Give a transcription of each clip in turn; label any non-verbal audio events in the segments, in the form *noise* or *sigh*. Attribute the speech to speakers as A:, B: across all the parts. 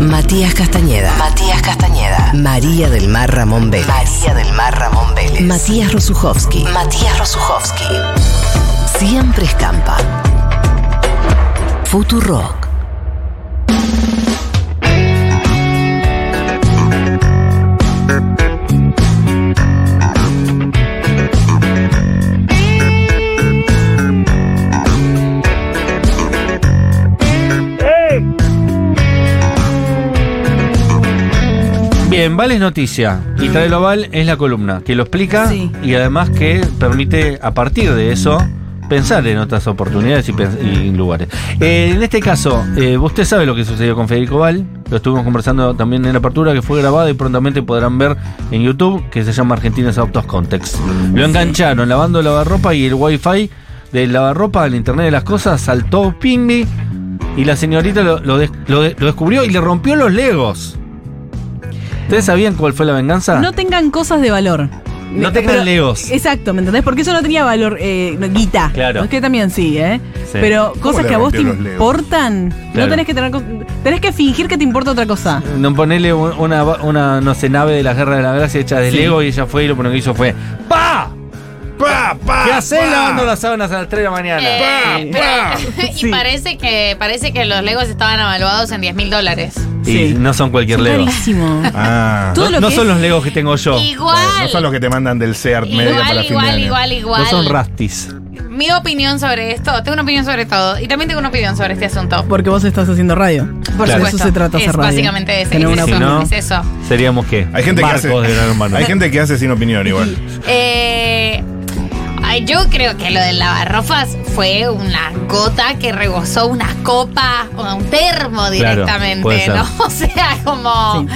A: Matías Castañeda. Matías Castañeda. María del Mar Ramón Vélez. María del Mar Ramón Vélez. Matías Rosuchowski. Matías Rosuchowski. Siempre escampa. Futurock.
B: Bien, Val es noticia y Tadelo Val es la columna que lo explica
C: Sí.
B: y además que permite a partir de eso pensar en otras oportunidades y, pens- y lugares. Eh, en este caso, eh, usted sabe lo que sucedió con Federico Val, lo estuvimos conversando también en la apertura que fue grabado y prontamente podrán ver en YouTube que se llama Argentinos Autos Context. Lo engancharon lavando lavarropa y el wifi del lavarropa, el internet de las cosas, saltó pimbi y la señorita lo, lo des- lo de- lo descubrió y le rompió los legos. ¿Ustedes sabían cuál fue la venganza?
C: No tengan cosas de valor.
B: Ah. No
C: Me-
B: tengan
C: pero-
B: legos.
C: Exacto, ¿me entendés? Porque eso no tenía valor, eh, no, guita.
B: Claro.
C: Es que también sí, ¿eh?
B: Sí.
C: Pero cosas
D: le
C: que a vos te
D: rompió los legos?
C: importan,
B: Claro.
C: no tenés que tener. co- Tenés que fingir que te importa otra cosa.
B: No ponele un- una, una, no sé, nave de la guerra de la gracia hecha de Lego y ella fue y lo primero que hizo fue ¡Pa!
D: ¡Pa, pa!
B: ¿Qué haces
D: pa!
B: lavando las sábanas a las 3 de la mañana?
D: ¡Pa,
E: Ah, Eh,
D: pa!
E: *laughs* y parece que parece que los legos estaban evaluados en 10 mil dólares.
B: Y
C: sí.
B: no son cualquier
C: Es
B: Lego. *laughs*
C: carísimo.
D: Ah.
C: Todo
B: No,
C: lo
B: no
C: que
B: son
C: es-
B: los Legos que tengo yo.
E: Igual.
D: No son los que te mandan del SEAT medio para
E: Igual,
D: fin de
E: igual,
D: año.
E: igual, igual.
B: No son rastis.
E: Mi opinión sobre esto, tengo una opinión sobre todo. Y también tengo una opinión sobre este asunto.
C: Porque vos estás haciendo radio.
E: Por
C: De
E: supuesto.
C: eso se trata
E: es
C: hacer radio.
E: Básicamente es,
C: Tener
E: es
C: una
E: eso.
B: Si no-
E: Es eso.
B: Seríamos qué?
D: Hay gente
B: Barcos
D: que hace.
B: de Gran Hermano.
D: Hay gente que hace sin opinión igual.
E: Eh, ay, yo creo que lo del lavarrofas fue una gota que rebosó una copa o un termo directamente,
B: puede ser.
E: ¿no? *laughs* O sea, como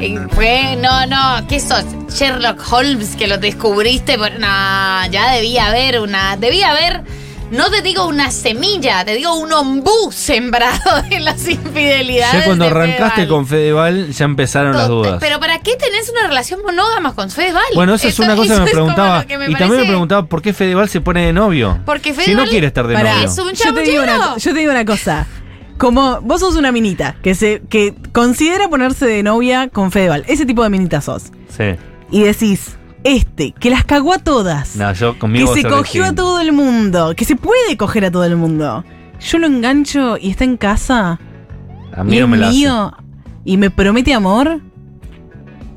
E: eh, fue, no, no, ¿qué sos? Sherlock Holmes que lo descubriste, por, no, ya debía haber una, debía haber no te digo una semilla, te digo un ombú sembrado *laughs* de las infidelidades.
B: Ya cuando
E: de este
B: arrancaste
E: Fedeval.
B: con Fedeval ya empezaron las
E: Tot-
B: dudas.
E: Pero ¿para qué tenés una relación monógama con Fedeval?
B: Bueno, esa es
E: Eso-
B: una cosa que
E: eso
B: me
E: es *laughs* como
B: preguntaba.
E: lo que me
B: y también me
E: parece-
B: preguntaba por qué Fedeval se pone de novio.
E: Porque
B: Si no
E: Fedeval-
B: quiere estar de
C: Pará,
B: novio.
E: es un
C: yo, te digo una,
E: chamullero.
C: co- yo te digo una cosa. Como vos sos una minita que se que considera ponerse de novia con Fedeval, ese tipo de minita sos.
B: Sí.
C: Y decís, este, que las cagó a todas,
B: No, yo
C: que
B: conmigo.
C: se
B: va ser
C: cogió a
B: distinto.
C: todo el mundo, que se puede coger a todo el mundo. Yo lo engancho y está en casa
B: A mí
C: y
B: no
C: es
B: me la hace.
C: mío y me promete amor.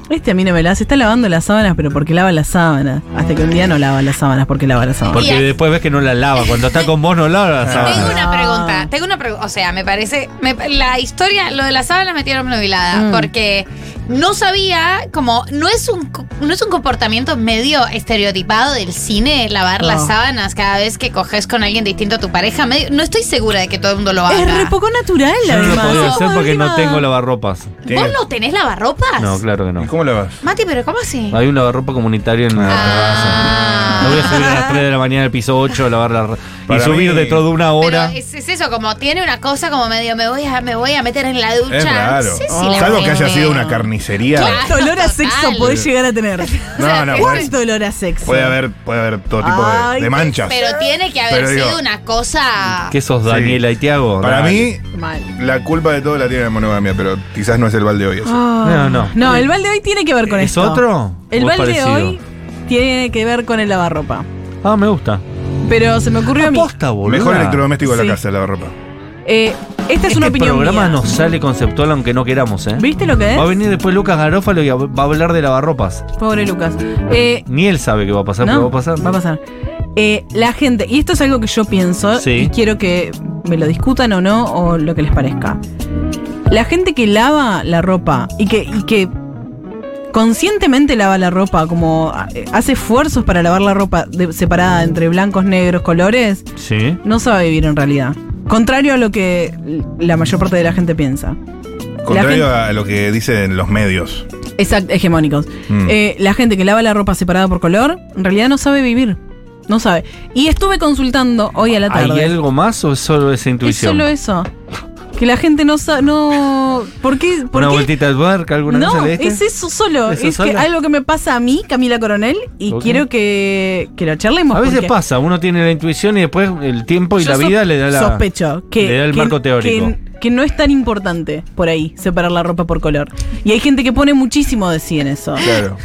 C: Este a mí no me la hace, está lavando las sábanas, pero porque lava las sábanas. Hasta que un día no lava las sábanas porque lava las sábanas.
B: Porque
E: Y-
B: después ves que no la lava. Cuando está con vos no lava la sábana.
E: Tengo
C: Ah.
E: una pregunta, tengo una pregunta, o sea, me parece, me- la historia, lo de las sábanas me tiene obnubilada,
C: Mm.
E: porque no sabía, como, no es un co- no es un comportamiento medio estereotipado del cine, lavar
C: No.
E: las sábanas cada vez que coges con alguien distinto a tu pareja, medio- no estoy segura de que todo el mundo lo haga.
C: Es re poco natural,
B: Yo no lo
C: además.
B: podía
E: No,
B: hacer porque no
C: última-
B: tengo
C: *laughs*
B: lavarropas.
E: ¿Vos no tenés lavarropas?
B: No, claro que
D: ¿Y
B: no.
D: cómo lo vas?
E: Mati, pero ¿cómo así?
B: Hay un lavarropa comunitario en la
E: Ah.
B: terraza. No voy a subir a las 3 de la mañana al piso 8 a lavar la ro- Y
D: Para
B: subir
D: mí-
B: dentro de una hora.
E: Pero es, es eso, como tiene una cosa como medio me voy a, me voy a meter en la ducha.
D: Es raro.
E: No sé
C: Ah.
E: si la
D: Salvo que haya
E: tengo.
D: sido una carnicería.
E: Claro.
C: ¿Cuánto olor a sexo
E: Total.
C: podés llegar a tener?
D: No, no, puede,
C: ¿Cuánto olor a sexo?
D: puede haber, puede haber todo tipo de- de,
C: Ay,
D: manchas.
E: Pero tiene que haber
D: Pero digo-
E: sido una cosa.
B: ¿Qué sos, Daniela y Tiago?
D: Para
B: Dale. Ah,
D: mí,
C: Mal.
D: la culpa de todo la tiene la monogamia, pero quizás no es el balde hoy eso.
B: No, no.
C: No, el balde hoy tiene que ver con
B: ¿Es
C: esto.
B: otro?
C: El
B: ¿O es
C: balde
B: parecido?
C: hoy tiene que ver con el lavarropa.
B: Ah, me gusta.
C: Pero se me ocurrió a mí.
B: Aposta, boludo.
D: Mejor electrodoméstico de
C: Sí.
D: la casa, la ropa.
C: Eh, esta es
B: Este
C: una opinión.
B: programa
C: mía.
B: nos sale conceptual aunque no queramos, ¿eh?
C: ¿Viste lo que es?
B: Va a venir después Lucas Garófalo y a- va a hablar de lavarropas.
C: Pobre Lucas. Eh,
B: Ni él sabe qué va a pasar, pero
C: no,
B: va a pasar.
C: Va a pasar. Eh, la gente, y esto es algo que yo pienso
B: Sí.
C: y quiero que me lo discutan o no, o lo que les parezca. La gente que lava la ropa y que, y que conscientemente lava la ropa, como eh, hace esfuerzos para lavar la ropa de- separada entre blancos, negros, colores,
B: Sí.
C: no sabe vivir en realidad. Contrario a lo que la mayor parte de la gente piensa. gente-
D: Contrario a lo que dicen los medios.
C: Exacto, hegemónicos.
D: Mm.
C: Eh, la gente que lava la ropa separada por color, en realidad no sabe vivir. No sabe. Y estuve consultando hoy a la
B: ¿Hay
C: tarde.
B: algo más o es solo esa
C: es
B: intuición?
C: solo eso. que la gente no sabe. No, ¿Por qué? por
B: ¿Una
C: qué?
B: vueltita de tuerca alguna vez
C: No,
B: le diste?
C: es eso solo.
B: ¿Eso
C: es Que
B: solo?
C: algo que me pasa a mí, Camila Coronel, y
B: Ok.
C: quiero que, que lo charlemos.
B: A veces
C: porque
B: pasa, uno tiene la intuición y después el tiempo y
C: yo
B: la
C: sos-
B: vida le da la.
C: Sospecho que.
B: le da el
C: que-
B: marco teórico.
C: Que, que no es tan importante por ahí separar la ropa por color. Y hay gente que pone muchísimo de sí en eso.
D: Claro.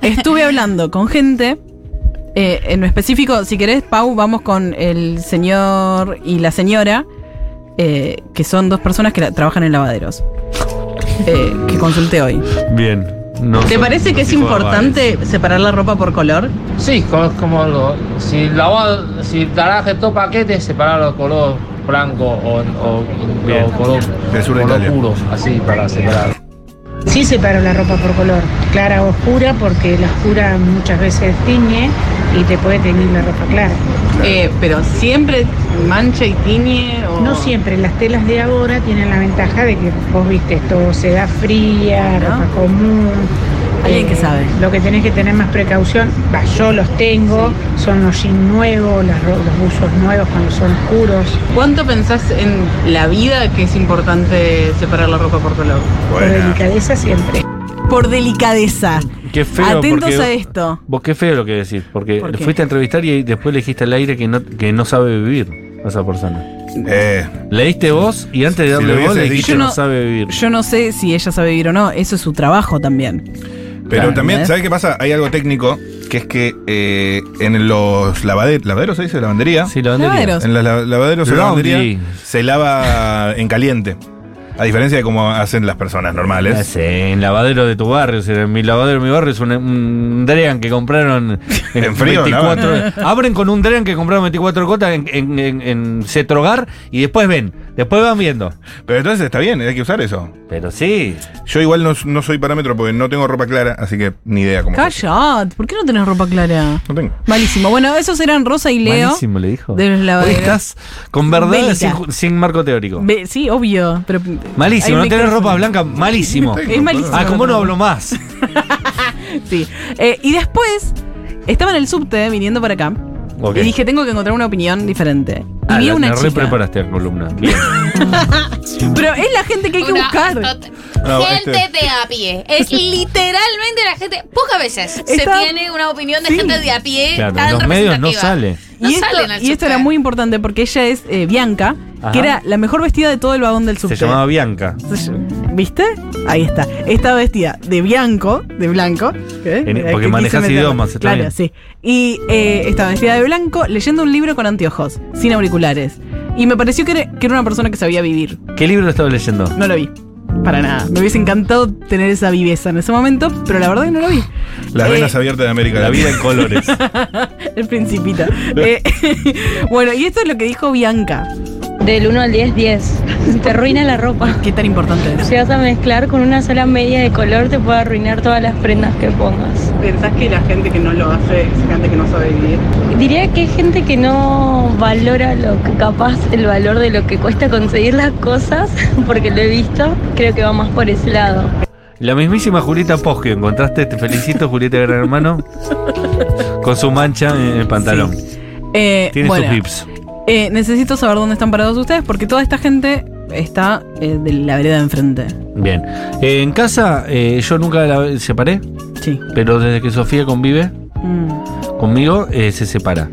C: Estuve hablando con gente. eh, en lo específico, si querés, Pau, vamos con el señor y la señora, eh, que son dos personas que la- trabajan en lavaderos. eh, que consulté hoy.
B: Bien. No
C: ¿Te
B: soy
C: parece
B: un
C: que es
B: tipo de
C: importante separar la ropa por color?
F: Sí, co- como lo, si lavado, si traje todo paquete, separarlo color blanco o, o-
B: Bien.
F: o color,
D: Del sur de
F: color
D: Italia.
F: puro, así para separar.
G: Sí separo la ropa por color, clara o oscura, porque la oscura muchas veces tiñe y te puede teñir la ropa clara.
C: Eh, pero siempre mancha y tiñe.
G: No siempre, las telas de ahora tienen la ventaja de que vos viste todo, seda fría,
C: ¿No?
G: ropa común.
C: Alguien
G: Eh,
C: que sabe.
G: Lo que tenés que tener más precaución, va, yo los tengo, son los jeans nuevos, las ro- los buzos nuevos cuando son oscuros.
C: ¿Cuánto pensás en la vida que es importante separar la ropa por color?
G: Por
D: Buena.
G: delicadeza siempre.
C: Por delicadeza.
B: Qué feo.
C: Atentos
B: porque-
C: a esto.
B: Vos qué feo lo que decís, porque
C: ¿Por qué?
B: fuiste a entrevistar y después le dijiste al aire que no, que no sabe vivir a esa persona.
D: Eh,
B: Le diste vos y antes de
D: Si
B: darle
D: lo
B: vos le
D: hubieses
B: dijiste
C: dicho-
B: no sabe vivir.
C: Yo no sé si ella sabe vivir o no, eso es su trabajo también.
D: pero
C: Claro,
D: también,
C: ¿eh?
D: ¿sabes qué pasa? Hay algo técnico, que es que eh, en los lavaderos, ¿lavaderos se dice? ¿Lavandería?
B: Sí, la bandería.
C: Claro.
D: En los la- lavaderos o
B: Laundry.
D: lavandería se lava en caliente. A diferencia de cómo hacen las personas
B: Ya
D: normales.
B: sé, en lavadero de tu barrio, o sea, en mi lavadero de mi barrio es un, un Drean que compraron en,
D: En frío,
B: 24 Abren con un Drean que compraron 24 cotas en, en, en- en Cetrogar y después ven, después van viendo.
D: Pero entonces está bien, hay que usar eso.
B: Pero sí,
D: Yo igual no, no soy parámetro porque no tengo ropa clara, así que ni idea cómo.
C: Callad, ¿por qué no tenés ropa clara?
D: No tengo.
C: Malísimo. Bueno, esos eran Rosa y Leo.
B: malísimo le dijo.
C: de los lavaderos.
B: Hoy estás con verdad
C: Bélica.
B: sin, ju- sin marco teórico.
C: Ve- sí, obvio, pero
B: Malísimo,
C: hay
B: no tenés
C: micrófono.
B: ropa blanca, malísimo.
D: Sí.
C: Es malísimo.
B: Ah, como no hablo más.
C: Sí. Eh, y después estaba en el subte viniendo para acá.
B: Ok.
C: Y dije, tengo que encontrar una opinión diferente. Y
B: Ah,
C: vi
B: la-
C: una
B: la re
C: chica.
B: preparaste a columna.
C: *laughs*
B: Bien.
C: Pero es la gente que hay que
E: Una
C: buscar.
E: tot-
D: No,
E: gente
D: este-
E: de a pie.
C: *laughs*
E: Es literalmente la gente. Pocas veces
C: Está-
E: se tiene una opinión de
C: sí.
E: gente de a pie.
B: Claro,
E: tan
B: en los medios no
E: representativa.
B: sale.
E: No
C: y, esto,
E: salen al
C: y esto
E: súper.
C: era muy importante porque ella es eh, Bianca,
B: Ajá.
C: que era la mejor vestida de todo el vagón del subte.
B: Se llamaba Bianca.
C: Se- ¿Viste? Ahí está. Estaba vestida de blanco, de blanco. ¿eh?
B: En- porque
C: Mira, que quise
B: manejas
C: meterlo.
B: idiomas, está
C: Claro,
B: bien.
C: sí. Y eh, estaba vestida de blanco leyendo un libro con anteojos, sin auriculares. Y me pareció que era, que era una persona que sabía vivir.
B: ¿Qué libro estaba leyendo?
C: No lo vi. Para nada. Me hubiese encantado tener esa viveza en ese momento, pero la verdad que no
B: *laughs*
C: lo vi.
D: Las
C: Eh,
D: venas abiertas de América
B: La vida en colores.
C: El
B: *laughs*
C: principito. Eh, *laughs* bueno, y esto es lo que dijo Bianca.
H: Del 1 al
E: *laughs*
H: 10, 10. Te arruina la ropa.
C: Qué tan importante es.
H: Si vas a mezclar con una sola media de color, te puede arruinar todas las prendas que pongas.
I: ¿Pensás que la gente que no lo hace es gente que no sabe vivir?
H: Diría que hay gente que no valora lo que capaz, el valor de lo que cuesta conseguir las cosas, *laughs* porque lo he visto, creo que va más por ese lado.
B: La mismísima Julieta Posch que encontraste, te felicito, Julieta Gran Hermano, con su mancha en el pantalón.
C: Eh,
B: Tiene
C: bueno,
B: sus hips.
C: eh, necesito saber dónde están parados ustedes porque toda esta gente está eh, de la vereda de enfrente.
B: Bien. Eh, en casa eh, yo nunca la separé,
C: Sí.
B: pero desde que Sofía convive
C: Mm.
B: conmigo eh, se separa.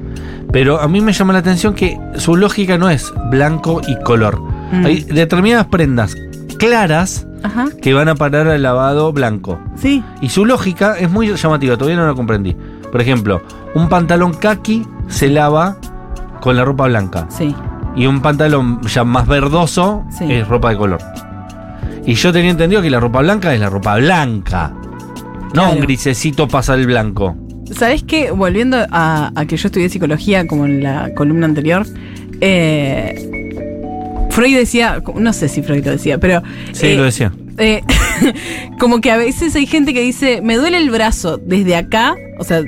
B: Pero a mí me llama la atención que su lógica no es blanco y color.
C: Mm.
B: Hay determinadas prendas claras
C: Ajá.
B: que van a parar al lavado blanco.
C: Sí.
B: Y su lógica es muy llamativa, todavía no la comprendí. Por ejemplo, un pantalón kaki se lava con la ropa blanca.
C: Sí.
B: Y un pantalón ya más verdoso
C: Sí.
B: es ropa de color. Y yo tenía entendido que la ropa blanca es la ropa blanca. No
C: Claro.
B: un grisecito pasa el blanco.
C: ¿Sabes qué? Volviendo a, a que yo estudié psicología, como en la columna anterior, eh, Freud decía, no sé si Freud lo decía, pero...
B: Sí,
C: eh,
B: lo decía.
C: eh, *laughs* como que a veces hay gente que dice, me duele el brazo desde acá, o sea,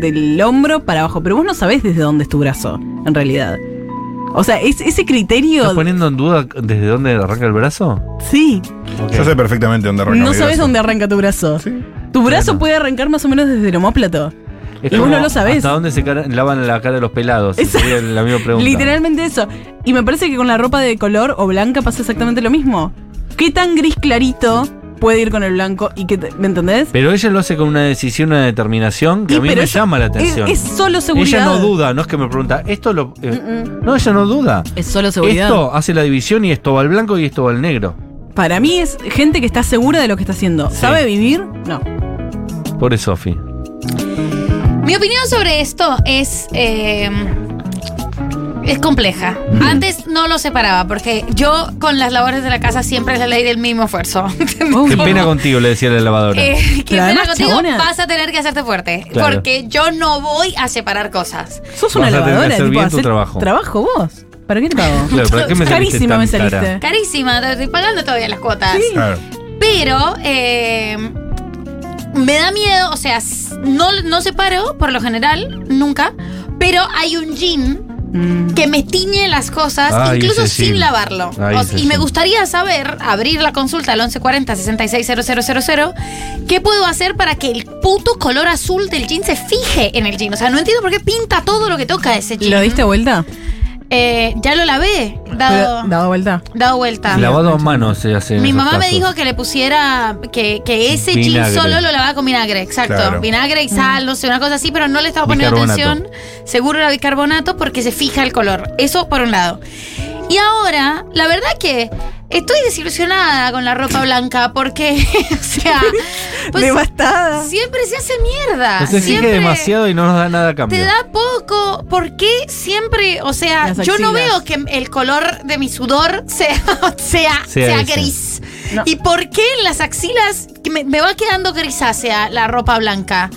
C: del hombro para abajo, pero vos no sabés desde dónde es tu brazo, en realidad. O sea, es, ese criterio...
B: ¿Estás poniendo en duda desde dónde arranca el brazo?
C: Sí,
D: *laughs* Yo sé perfectamente dónde arranca
C: no
D: mi
C: sabés
D: brazo.
C: dónde arranca tu brazo. Tu brazo puede arrancar más o menos desde el homóplato. Y vos no lo sabés.
B: ¿Hasta dónde se cara- lavan la cara los pelados?
C: Esa-
B: Sería la misma
C: *laughs*
B: pregunta.
C: Literalmente eso. Y me parece que con la ropa de color o blanca pasa exactamente lo mismo. ¿Qué tan gris clarito puede ir con el blanco y qué te- ¿me entendés?
B: Pero ella lo hace con una decisión, una determinación que
C: Y
B: a mí
C: pero
B: me
C: eso-
B: llama la
C: es-
B: atención.
C: Es, solo seguridad. Mm,
B: Ella no duda, no es que me pregunta, esto lo... eh,
C: Mm-mm.
B: No, ella no duda.
C: Es solo seguridad.
B: Esto hace la división y esto va al blanco y esto va al negro.
C: Para mí es gente que está segura de lo que está haciendo.
B: Sí.
C: ¿Sabe vivir? No.
B: Pobre Sofi.
E: Mi opinión sobre esto es. eh, es compleja. Antes no lo separaba porque yo con las labores de la casa siempre es la ley del mismo esfuerzo.
C: Oh.
B: Qué pena contigo, le decía la lavadora.
E: Eh, que
C: Pero además,
E: contigo
C: chabona-
E: vas a tener que hacerte fuerte.
B: Claro.
E: Porque yo no voy a separar cosas.
C: Sos
B: Vas
C: una
B: a tener que
C: lavadora,
B: hacer
C: tipo,
B: bien tu
C: hacer
B: trabajo.
C: Trabajo vos. ¿Para qué te pago?
B: Claro, ¿para qué me saliste
C: Carísimo
B: tan
C: me saliste.
B: cara? Ah.
E: Carísima, te estoy pagando todavía las cuotas.
D: Claro.
E: Pero eh, me da miedo, o sea, s- no, no separo por lo general, nunca. Pero hay un jean
C: Mm.
E: que me tiñe las cosas,
B: Ay,
E: incluso
B: ese
E: sin
B: sí.
E: lavarlo.
B: Ay,
E: O-
B: ese
E: y me
B: sí.
E: gustaría saber, abrir la consulta al 1140-660000, qué puedo hacer para que el puto color azul del jean se fije en el jean. O sea, no entiendo por qué pinta todo lo que toca ese jean.
C: ¿Lo diste vuelta?
E: Eh, ya lo lavé, dado,
C: Pero- dado vuelta.
E: dado vuelta.
B: Lavado a mano se hace. en
E: Mi
B: esos
E: mamá me
B: casos.
E: dijo que le pusiera que, que ese
B: Vinagre.
E: jean solo lo lavaba con vinagre, exacto.
D: Claro.
E: Vinagre y sal, no sé, una cosa así, pero no le estaba poniendo
B: Bicarbonato.
E: atención. Seguro era bicarbonato porque se fija el color. Eso por un lado. Y ahora, la verdad que estoy desilusionada con la ropa blanca porque, *laughs* o sea, pues,
C: Devastada.
E: siempre se hace mierda.
B: Nos exige
E: siempre
B: demasiado y no nos da nada a cambio.
E: Te da poco, ¿por qué siempre? O sea,
C: Las
E: yo no veo
C: axilas.
E: que el color de mi sudor sea, *laughs*
B: Sea
E: sea, sea
B: ese.
E: gris.
C: No.
E: ¿Y por qué en las axilas que me, me va quedando grisácea la ropa blanca?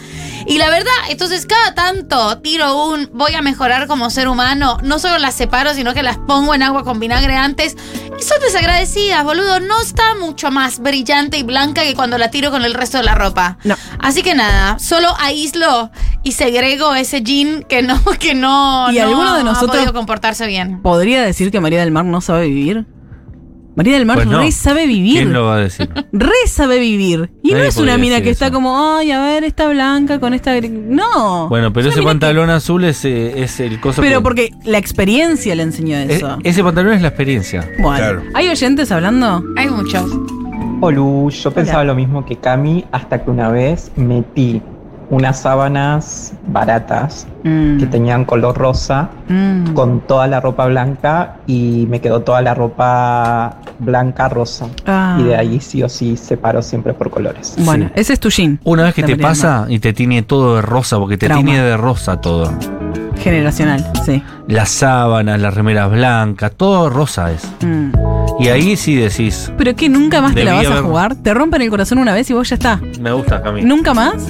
E: Y la verdad, entonces cada tanto tiro un voy a mejorar como ser humano. No solo las separo, sino que las pongo en agua con vinagre antes. Y son desagradecidas, boludo. No está mucho más brillante y blanca que cuando la tiro con el resto de la ropa.
C: No.
E: Así que nada, solo aíslo y segrego ese jean que no, *laughs* que no,
C: ¿Y
E: no
C: alguno de
E: ha
C: nosotros-
E: podido comportarse bien.
C: ¿Podría decir que María del Mar no sabe vivir? María del Mar
B: Pues no.
C: re sabe vivir.
B: ¿Quién lo va a
E: *laughs*
B: decir?
C: Re sabe vivir. Y
B: Nadie
C: no es una
B: podría
C: mina
B: decir
C: que está
B: eso.
C: como, ay, a ver, esta blanca con esta. gri-". No.
B: Bueno, pero
C: Es
B: ese
C: una mina
B: pantalón azul es, eh, es el coso
C: que- Pero
B: que-
C: porque la experiencia le enseñó
B: E-
C: eso.
B: ese pantalón es la experiencia.
C: bueno,
D: Claro.
C: ¿hay oyentes hablando?
E: Hay muchos.
J: Olu, yo pensaba lo mismo que Cami hasta que una vez metí unas sábanas baratas
C: Mm,
J: que tenían color rosa
C: mm.
J: con toda la ropa blanca y me quedó toda la ropa blanca rosa.
C: Ah.
J: Y de ahí sí o sí separo siempre por colores.
C: Bueno, ese es tu jean.
B: Una vez que
C: La
B: te
C: María del
B: pasa y te tiñe todo de rosa, porque te
C: Trauma.
B: tiñe de rosa todo.
C: Mar. Generacional, sí.
B: Las sábanas, las remeras blancas, todo rosa es.
C: Mm.
B: Y ahí sí decís,
C: Pero que nunca más te la
B: Debí
C: vas a
B: haber-
C: jugar. Te rompen el corazón una vez y vos ya está.
B: me gusta Camila.
C: ¿Nunca más?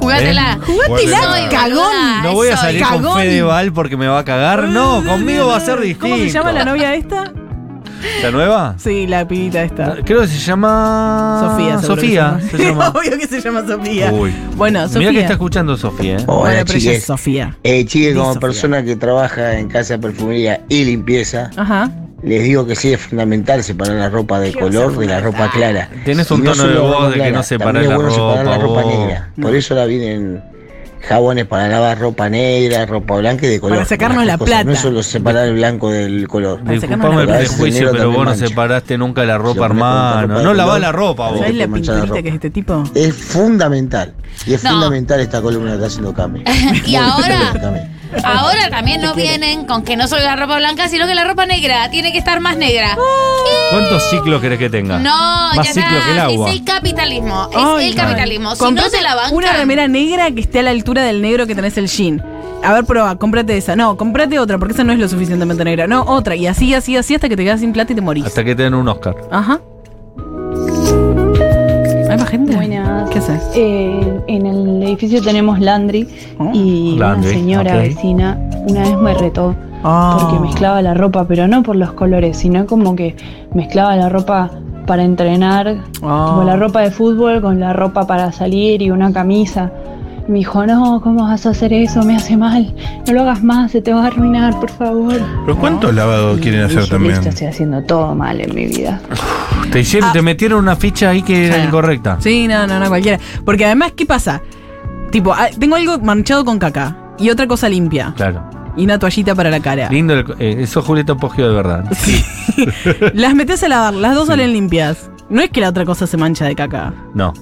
E: Jugátela.
D: Jugátela,
E: Soy
C: cagón.
E: boluda,
B: ¿Eh? No voy a
E: soy.
B: salir con
C: cagón.
B: Fedeval porque me va a cagar. No, conmigo va a ser distinto.
C: ¿Cómo se llama la novia esta?
B: ¿La nueva?
C: Sí, la pibita esta.
B: Creo que se llama.
C: Sofía, seguro que
B: Ah, Sofía se
C: *laughs*
B: llama.
C: Obvio que se llama Sofía.
B: Uy.
C: Bueno, Sofía.
B: Mira que está escuchando Sofía, ¿eh?
C: Bueno,
K: Oh. Hola,
C: pero ella es
K: chiques.
C: Sofía.
K: Eh, chiques,
C: Sí,
K: como
C: Sofía.
K: persona que trabaja en casa de perfumería y limpieza,
C: Ajá.
K: les digo que sí es fundamental separar la ropa de color de la ropa clara.
B: Tenés un
K: Y no
B: tono de
K: solo la
B: voz
K: ropa
B: de que
K: clara,
B: no separar
K: también
B: la
K: es bueno separar
B: ropa.
K: la ropa
B: vos.
K: negra. Por eso ahora vienen jabones para lavar ropa negra, ropa blanca y de color.
C: Para sacarnos
K: Las
C: la
K: cosas,
C: plata.
K: No solo separar el blanco del color.
C: Para sacarnos
B: Disculpame el
C: la-
B: prejuicio,
K: Ese
B: pero
K: negro
B: vos no
K: también
B: separaste nunca la
K: Si
B: ropa,
K: lo ponés con otra
B: hermano.
K: ropa de
B: No lavás
K: color,
B: la ropa, vos.
K: ahí
C: ¿Sabés la
K: manchar la
C: pinturita
K: ropa.
C: que es este tipo?
K: Es fundamental. Y es
E: No.
K: fundamental esta columna que está haciendo Cami.
E: *laughs* *laughs*
B: *laughs*
E: Y ahora,
K: Cami.
E: ahora también no vienen con que no solo la ropa blanca, sino que la ropa negra tiene que estar más negra.
B: ¿Cuántos ciclos querés que tenga?
E: No,
B: Ah. Más
E: ya
B: ciclo
E: está,
B: que el agua.
E: es el capitalismo, es
C: Ay,
E: el
C: no.
E: capitalismo. Si no
C: Comprate
E: se la bancan,
C: Una remera negra que esté a la altura del negro que tenés el jean. A ver, prueba, cómprate esa. No, cómprate otra, porque esa no es lo suficientemente negra. No, otra. Y así, así, así, hasta que te quedas sin plata y te morís.
B: Hasta que te den un Oscar.
C: Ajá. ¿Hay más gente?
H: Buenas.
C: ¿Qué haces?
H: Eh, en el edificio tenemos Landry
C: Oh.
H: y
B: Landry,
H: una señora
B: ok.
H: vecina una vez me retó
C: Ah.
H: porque mezclaba la ropa, pero no por los colores, sino como que mezclaba la ropa para entrenar,
C: Ah.
H: tipo la ropa de fútbol con la ropa para salir y una camisa. Y Me dijo, no, ¿cómo vas a hacer eso? Me hace mal. No lo hagas más, se te va a arruinar, por favor.
D: ¿Pero cuántos lavados quieren
H: Y
D: hacer
H: yo,
D: también?
H: Listo, estoy haciendo todo mal en mi vida.
B: Te, hicieron,
C: Ah.
B: te metieron una ficha ahí que era
C: Sí.
B: incorrecta.
C: Sí, no, no, no, cualquiera. Porque además, ¿qué pasa? Tipo, ah, tengo algo manchado con caca y otra cosa limpia.
B: Claro.
C: Y una toallita para la cara.
B: Lindo, el, eh, eso Julieta Poggio de verdad.
C: Las metes a lavar, las dos salen limpias. No es que la otra cosa se mancha de caca.
B: No.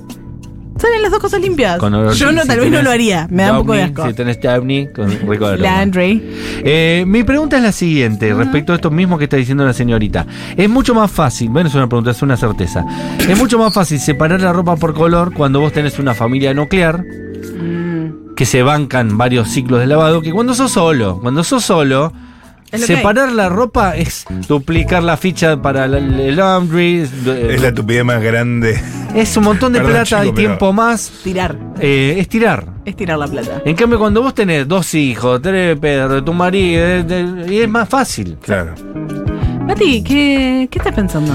C: Salen las dos cosas limpias.
B: Con olor-
C: Yo no,
B: si
C: tal vez no
B: tenés
C: lo haría. Me da un poco de
B: Downy,
C: asco.
B: Si tenés Downy, con rico
C: *laughs*
B: aroma.
C: Landry.
B: Eh, mi pregunta es la siguiente, respecto a esto mismo que está diciendo la señorita. Es mucho más fácil, bueno, es una pregunta, es una certeza. Es mucho más fácil separar la ropa por color cuando vos tenés una familia nuclear
C: Mm,
B: que se bancan varios ciclos de lavado que cuando sos solo. Cuando sos solo,
C: Es lo que hay.
B: separar la ropa es duplicar la ficha para la- el laundry. Es,
D: Es la estupidez más
H: *laughs*
D: grande.
B: es un montón de
D: Perdón,
B: plata y
D: chico, pero-
B: tiempo más.
C: Tirar.
B: Eh, es tirar.
C: Es tirar la plata.
B: En cambio, cuando vos tenés dos hijos, tres perros, tu marido, eh, eh, y es más fácil.
D: Claro.
C: Mati, ¿qué, qué estás pensando?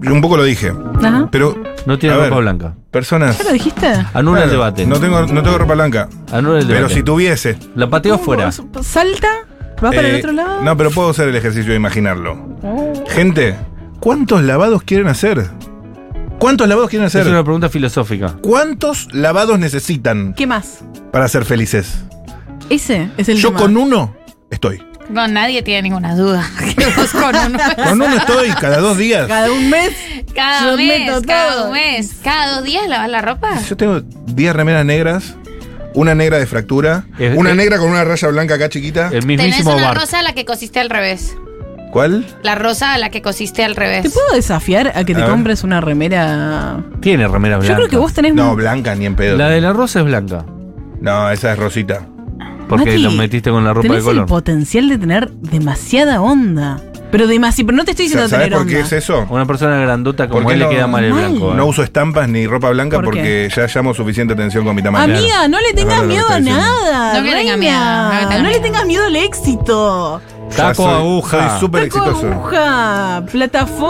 D: Yo un poco lo dije.
C: Ajá.
D: Pero.
B: No tiene
D: a
B: ropa blanca.
D: Personas.
C: ¿Ya lo dijiste?
B: Anula el
D: Claro,
B: debate.
D: No tengo, no tengo ropa blanca.
B: Anula el debate.
D: Pero si tuviese.
B: La pateo fuera.
C: ¿Salta? ¿Vas para el
D: eh,
C: otro lado?
D: No, pero puedo hacer el ejercicio de imaginarlo. Gente, ¿cuántos lavados quieren hacer? ¿Cuántos lavados quieren
B: Es
D: hacer?
B: una pregunta filosófica.
D: ¿Cuántos lavados necesitan
C: ¿Qué más?
D: para ser felices?
C: Ese es el
D: Yo
C: tema.
D: con uno estoy.
E: No, nadie tiene ninguna duda. *laughs* que vos con uno.
C: *laughs*
D: Con uno estoy cada dos días.
C: Cada un mes.
E: Cada
C: Yo
E: mes,
C: meto
E: cada
C: todo.
E: mes. Cada dos días lavas la ropa.
D: Yo tengo 10 remeras negras, una negra de fractura,
B: Es-
D: una
B: es-
D: negra con una raya blanca acá chiquita.
B: El
E: Tenés
B: mismísimo
E: una
B: bar.
E: rosa a la que cosiste al revés.
D: ¿Cuál?
E: La rosa a la que cosiste al
C: ¿Te
E: revés.
C: puedo desafiar a que te
D: A ver.
C: compres una remera?
B: Tiene remera blanca.
C: Yo creo que vos tenés.
D: No, blanca ni en pedo.
B: La de la rosa es blanca.
D: No, esa es rosita.
B: Porque
C: Mati,
B: lo metiste con la ropa de
C: tenés el
B: color.
C: potencial de tener demasiada onda. Pero demasiado. Pero no te estoy diciendo
D: ¿Sabes
C: tener
D: por
C: onda.
D: qué es eso?
B: Una persona grandota como
D: Porque
B: él
D: no-
B: le queda mal el
C: Mal.
B: blanco. eh.
D: No uso estampas ni ropa blanca
C: ¿Por
D: porque ya llamo suficiente atención con mi tamaño.
C: Amiga, no le tengas
D: verdad,
C: miedo
D: lo
C: a
D: que está diciendo.
C: nada.
E: No que tenga
C: reina.
E: miedo, no que tenga
C: No le
E: miedo.
C: tengas miedo al éxito.
D: Ya
B: Taco,
D: soy-
B: aguja.
D: Soy súper
C: Taco
D: exitoso.
C: aguja,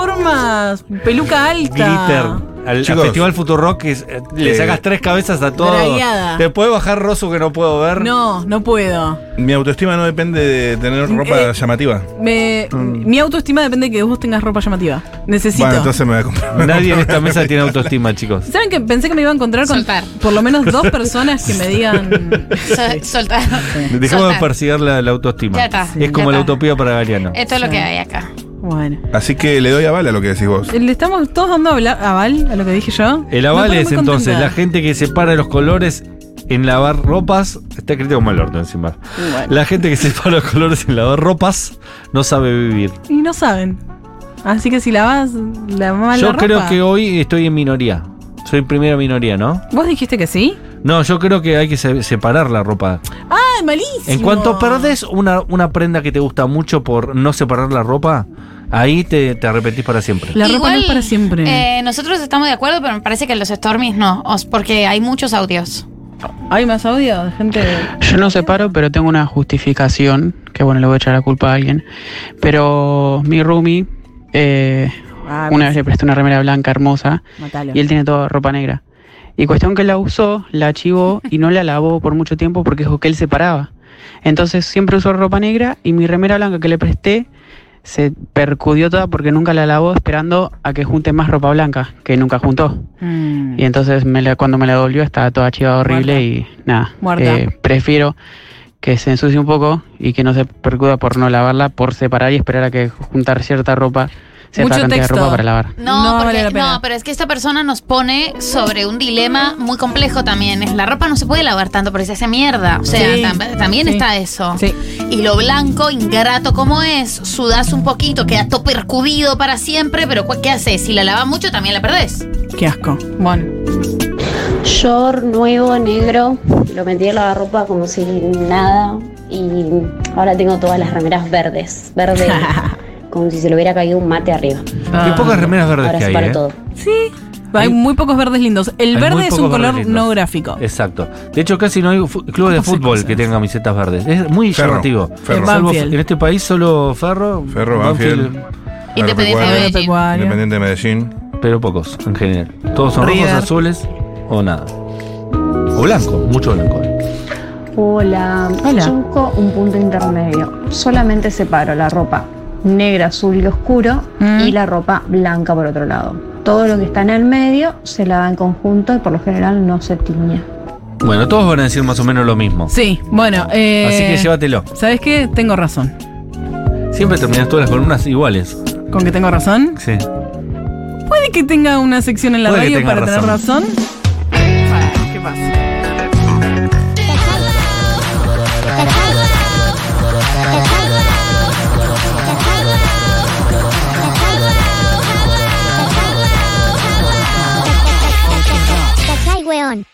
C: plataformas, peluca
B: Glitter.
C: alta.
B: Al, al
D: Chicos.
B: Festival Futurock que es- eh, le
D: Eh,
B: sacas tres cabezas a todo.
C: dragueada.
B: Te puede bajar Rosu que no puedo ver.
C: No, no puedo.
D: Mi autoestima no depende de tener ropa
C: Eh,
D: llamativa.
C: Me-
L: Mm.
C: Mi autoestima depende de que vos tengas ropa llamativa. Necesito.
D: Bueno, entonces me voy
B: *laughs*
D: a comprar. me voy a
B: Nadie en
D: comprar
B: esta
D: una
B: mesa
D: remera.
B: tiene autoestima, chicos.
C: ¿Saben que pensé que me iba a encontrar con
E: Soltar.
C: por lo
L: *laughs*
C: menos dos personas que me digan.
E: *laughs* Sol- soltar.
B: Dejemos de
E: Soltar.
B: perseguir la, la autoestima.
E: Ya está,
B: Es
E: ya
B: como la
E: está.
B: utopía para Galeano.
E: Esto es lo que hay acá.
C: Bueno.
D: Así que le doy a bala lo que decís vos.
C: ¿Le estamos todos dando abla- aval a lo que dije yo?
B: El
C: Me
B: aval
C: pone
B: es
C: muy
B: entonces
C: contenta.
B: la gente que separa los colores en lavar ropas. Está escrito como el orto encima.
C: Bueno.
B: La gente que *laughs* separa los colores en lavar ropas no sabe vivir.
C: Y no saben. Así que si lavas la mala
B: yo creo
C: ropa-
B: que hoy estoy en minoría. Soy primera minoría, ¿no?
C: ¿Vos dijiste que sí?
B: No, yo creo que hay que se- separar la ropa.
C: ¡Ah, malísimo!
B: En cuanto perdés una, una prenda que te gusta mucho por no separar la ropa, ahí te, te arrepentís para siempre.
C: La ropa no es para siempre.
E: eh, nosotros estamos de acuerdo, pero me parece que los Stormies no, os- porque hay muchos audios.
C: ¿Hay más audio de
E: *laughs*
C: gente?
L: Yo no separo, pero tengo una justificación, que bueno, le voy a echar la culpa a alguien. Pero mi roomie, eh,
C: Ah,
L: una vez le presté una remera blanca hermosa
C: Matalo.
L: y él tiene toda ropa negra. Y cuestión que la usó, la archivó y no la lavó por mucho tiempo porque dijo que él separaba. Entonces siempre usó ropa negra y mi remera blanca que le presté se percudió toda porque nunca la lavó esperando a que junte más ropa blanca, que nunca juntó.
C: Mm.
L: Y entonces me la- cuando me la devolvió estaba toda chivada horrible y nada.
C: Muerta.
L: Eh, prefiero que se ensucie un poco y que no se percuda por no lavarla, por separar y esperar a que juntar cierta ropa, cierta
C: Mucho
L: cantidad
C: texto.
L: de ropa para lavar.
E: No,
C: No
E: porque-
C: vale la pena.
E: no, pero es que esta persona nos pone sobre un dilema muy complejo también. Es La ropa no se puede lavar tanto porque se hace mierda. O sea,
C: Sí.
E: tam- también
C: Sí.
E: está eso.
C: Sí.
E: Y lo blanco, ingrato como es, sudás un poquito, queda todo percudido para siempre, pero cu- ¿qué haces? Si la lavas mucho, también la perdés.
C: Qué asco. Bueno.
H: Short nuevo, negro, lo metí en la ropa como si nada y ahora tengo todas las remeras verdes, verde, como si se le hubiera caído un mate arriba.
B: Qué
C: Ah.
B: pocas remeras verdes
H: Ahora
B: que hay.
H: separo
B: ¿eh?
H: todo.
C: Sí. Hay muy pocos verdes lindos. El
B: Hay muy
C: verde es un
B: pocos
C: color
B: verdes lindos.
C: no gráfico.
B: Exacto. De hecho, casi no hay fu- clubes de
C: Pocas
B: fútbol
C: cosas.
B: que tengan camisetas verdes. Es muy
D: Ferro,
B: llamativo.
D: Ferro.
B: Salvo
C: Banfield.
B: en este país solo Ferro,
D: Ferro, Banfield.
E: Y te pedís
D: Agropecuario,
E: a Medellín.
C: Agropecuario.
D: Independiente de Medellín.
B: pero pocos en general. Todos son
C: River.
B: rojos, azules o nada. O blanco, mucho blanco.
M: Hola.
C: Hola.
M: Yo busco un punto intermedio. Solamente separo la ropa negra, azul y oscuro
C: Mm.
M: y la ropa blanca por otro lado. Todo lo que está en el medio se lava en conjunto y por lo general no se tiñe.
B: Bueno, todos van a decir más o menos lo mismo.
C: Sí, bueno. eh,
B: Así que llévatelo.
C: ¿Sabes qué? Tengo razón.
B: Siempre terminas todas las columnas iguales.
C: ¿Con que tengo razón?
B: Sí.
C: Puede que tenga una sección en la
B: Puede que
C: radio
B: tenga
C: para tener razón. Bueno, ¿Qué pasa?
N: Cachai, weón.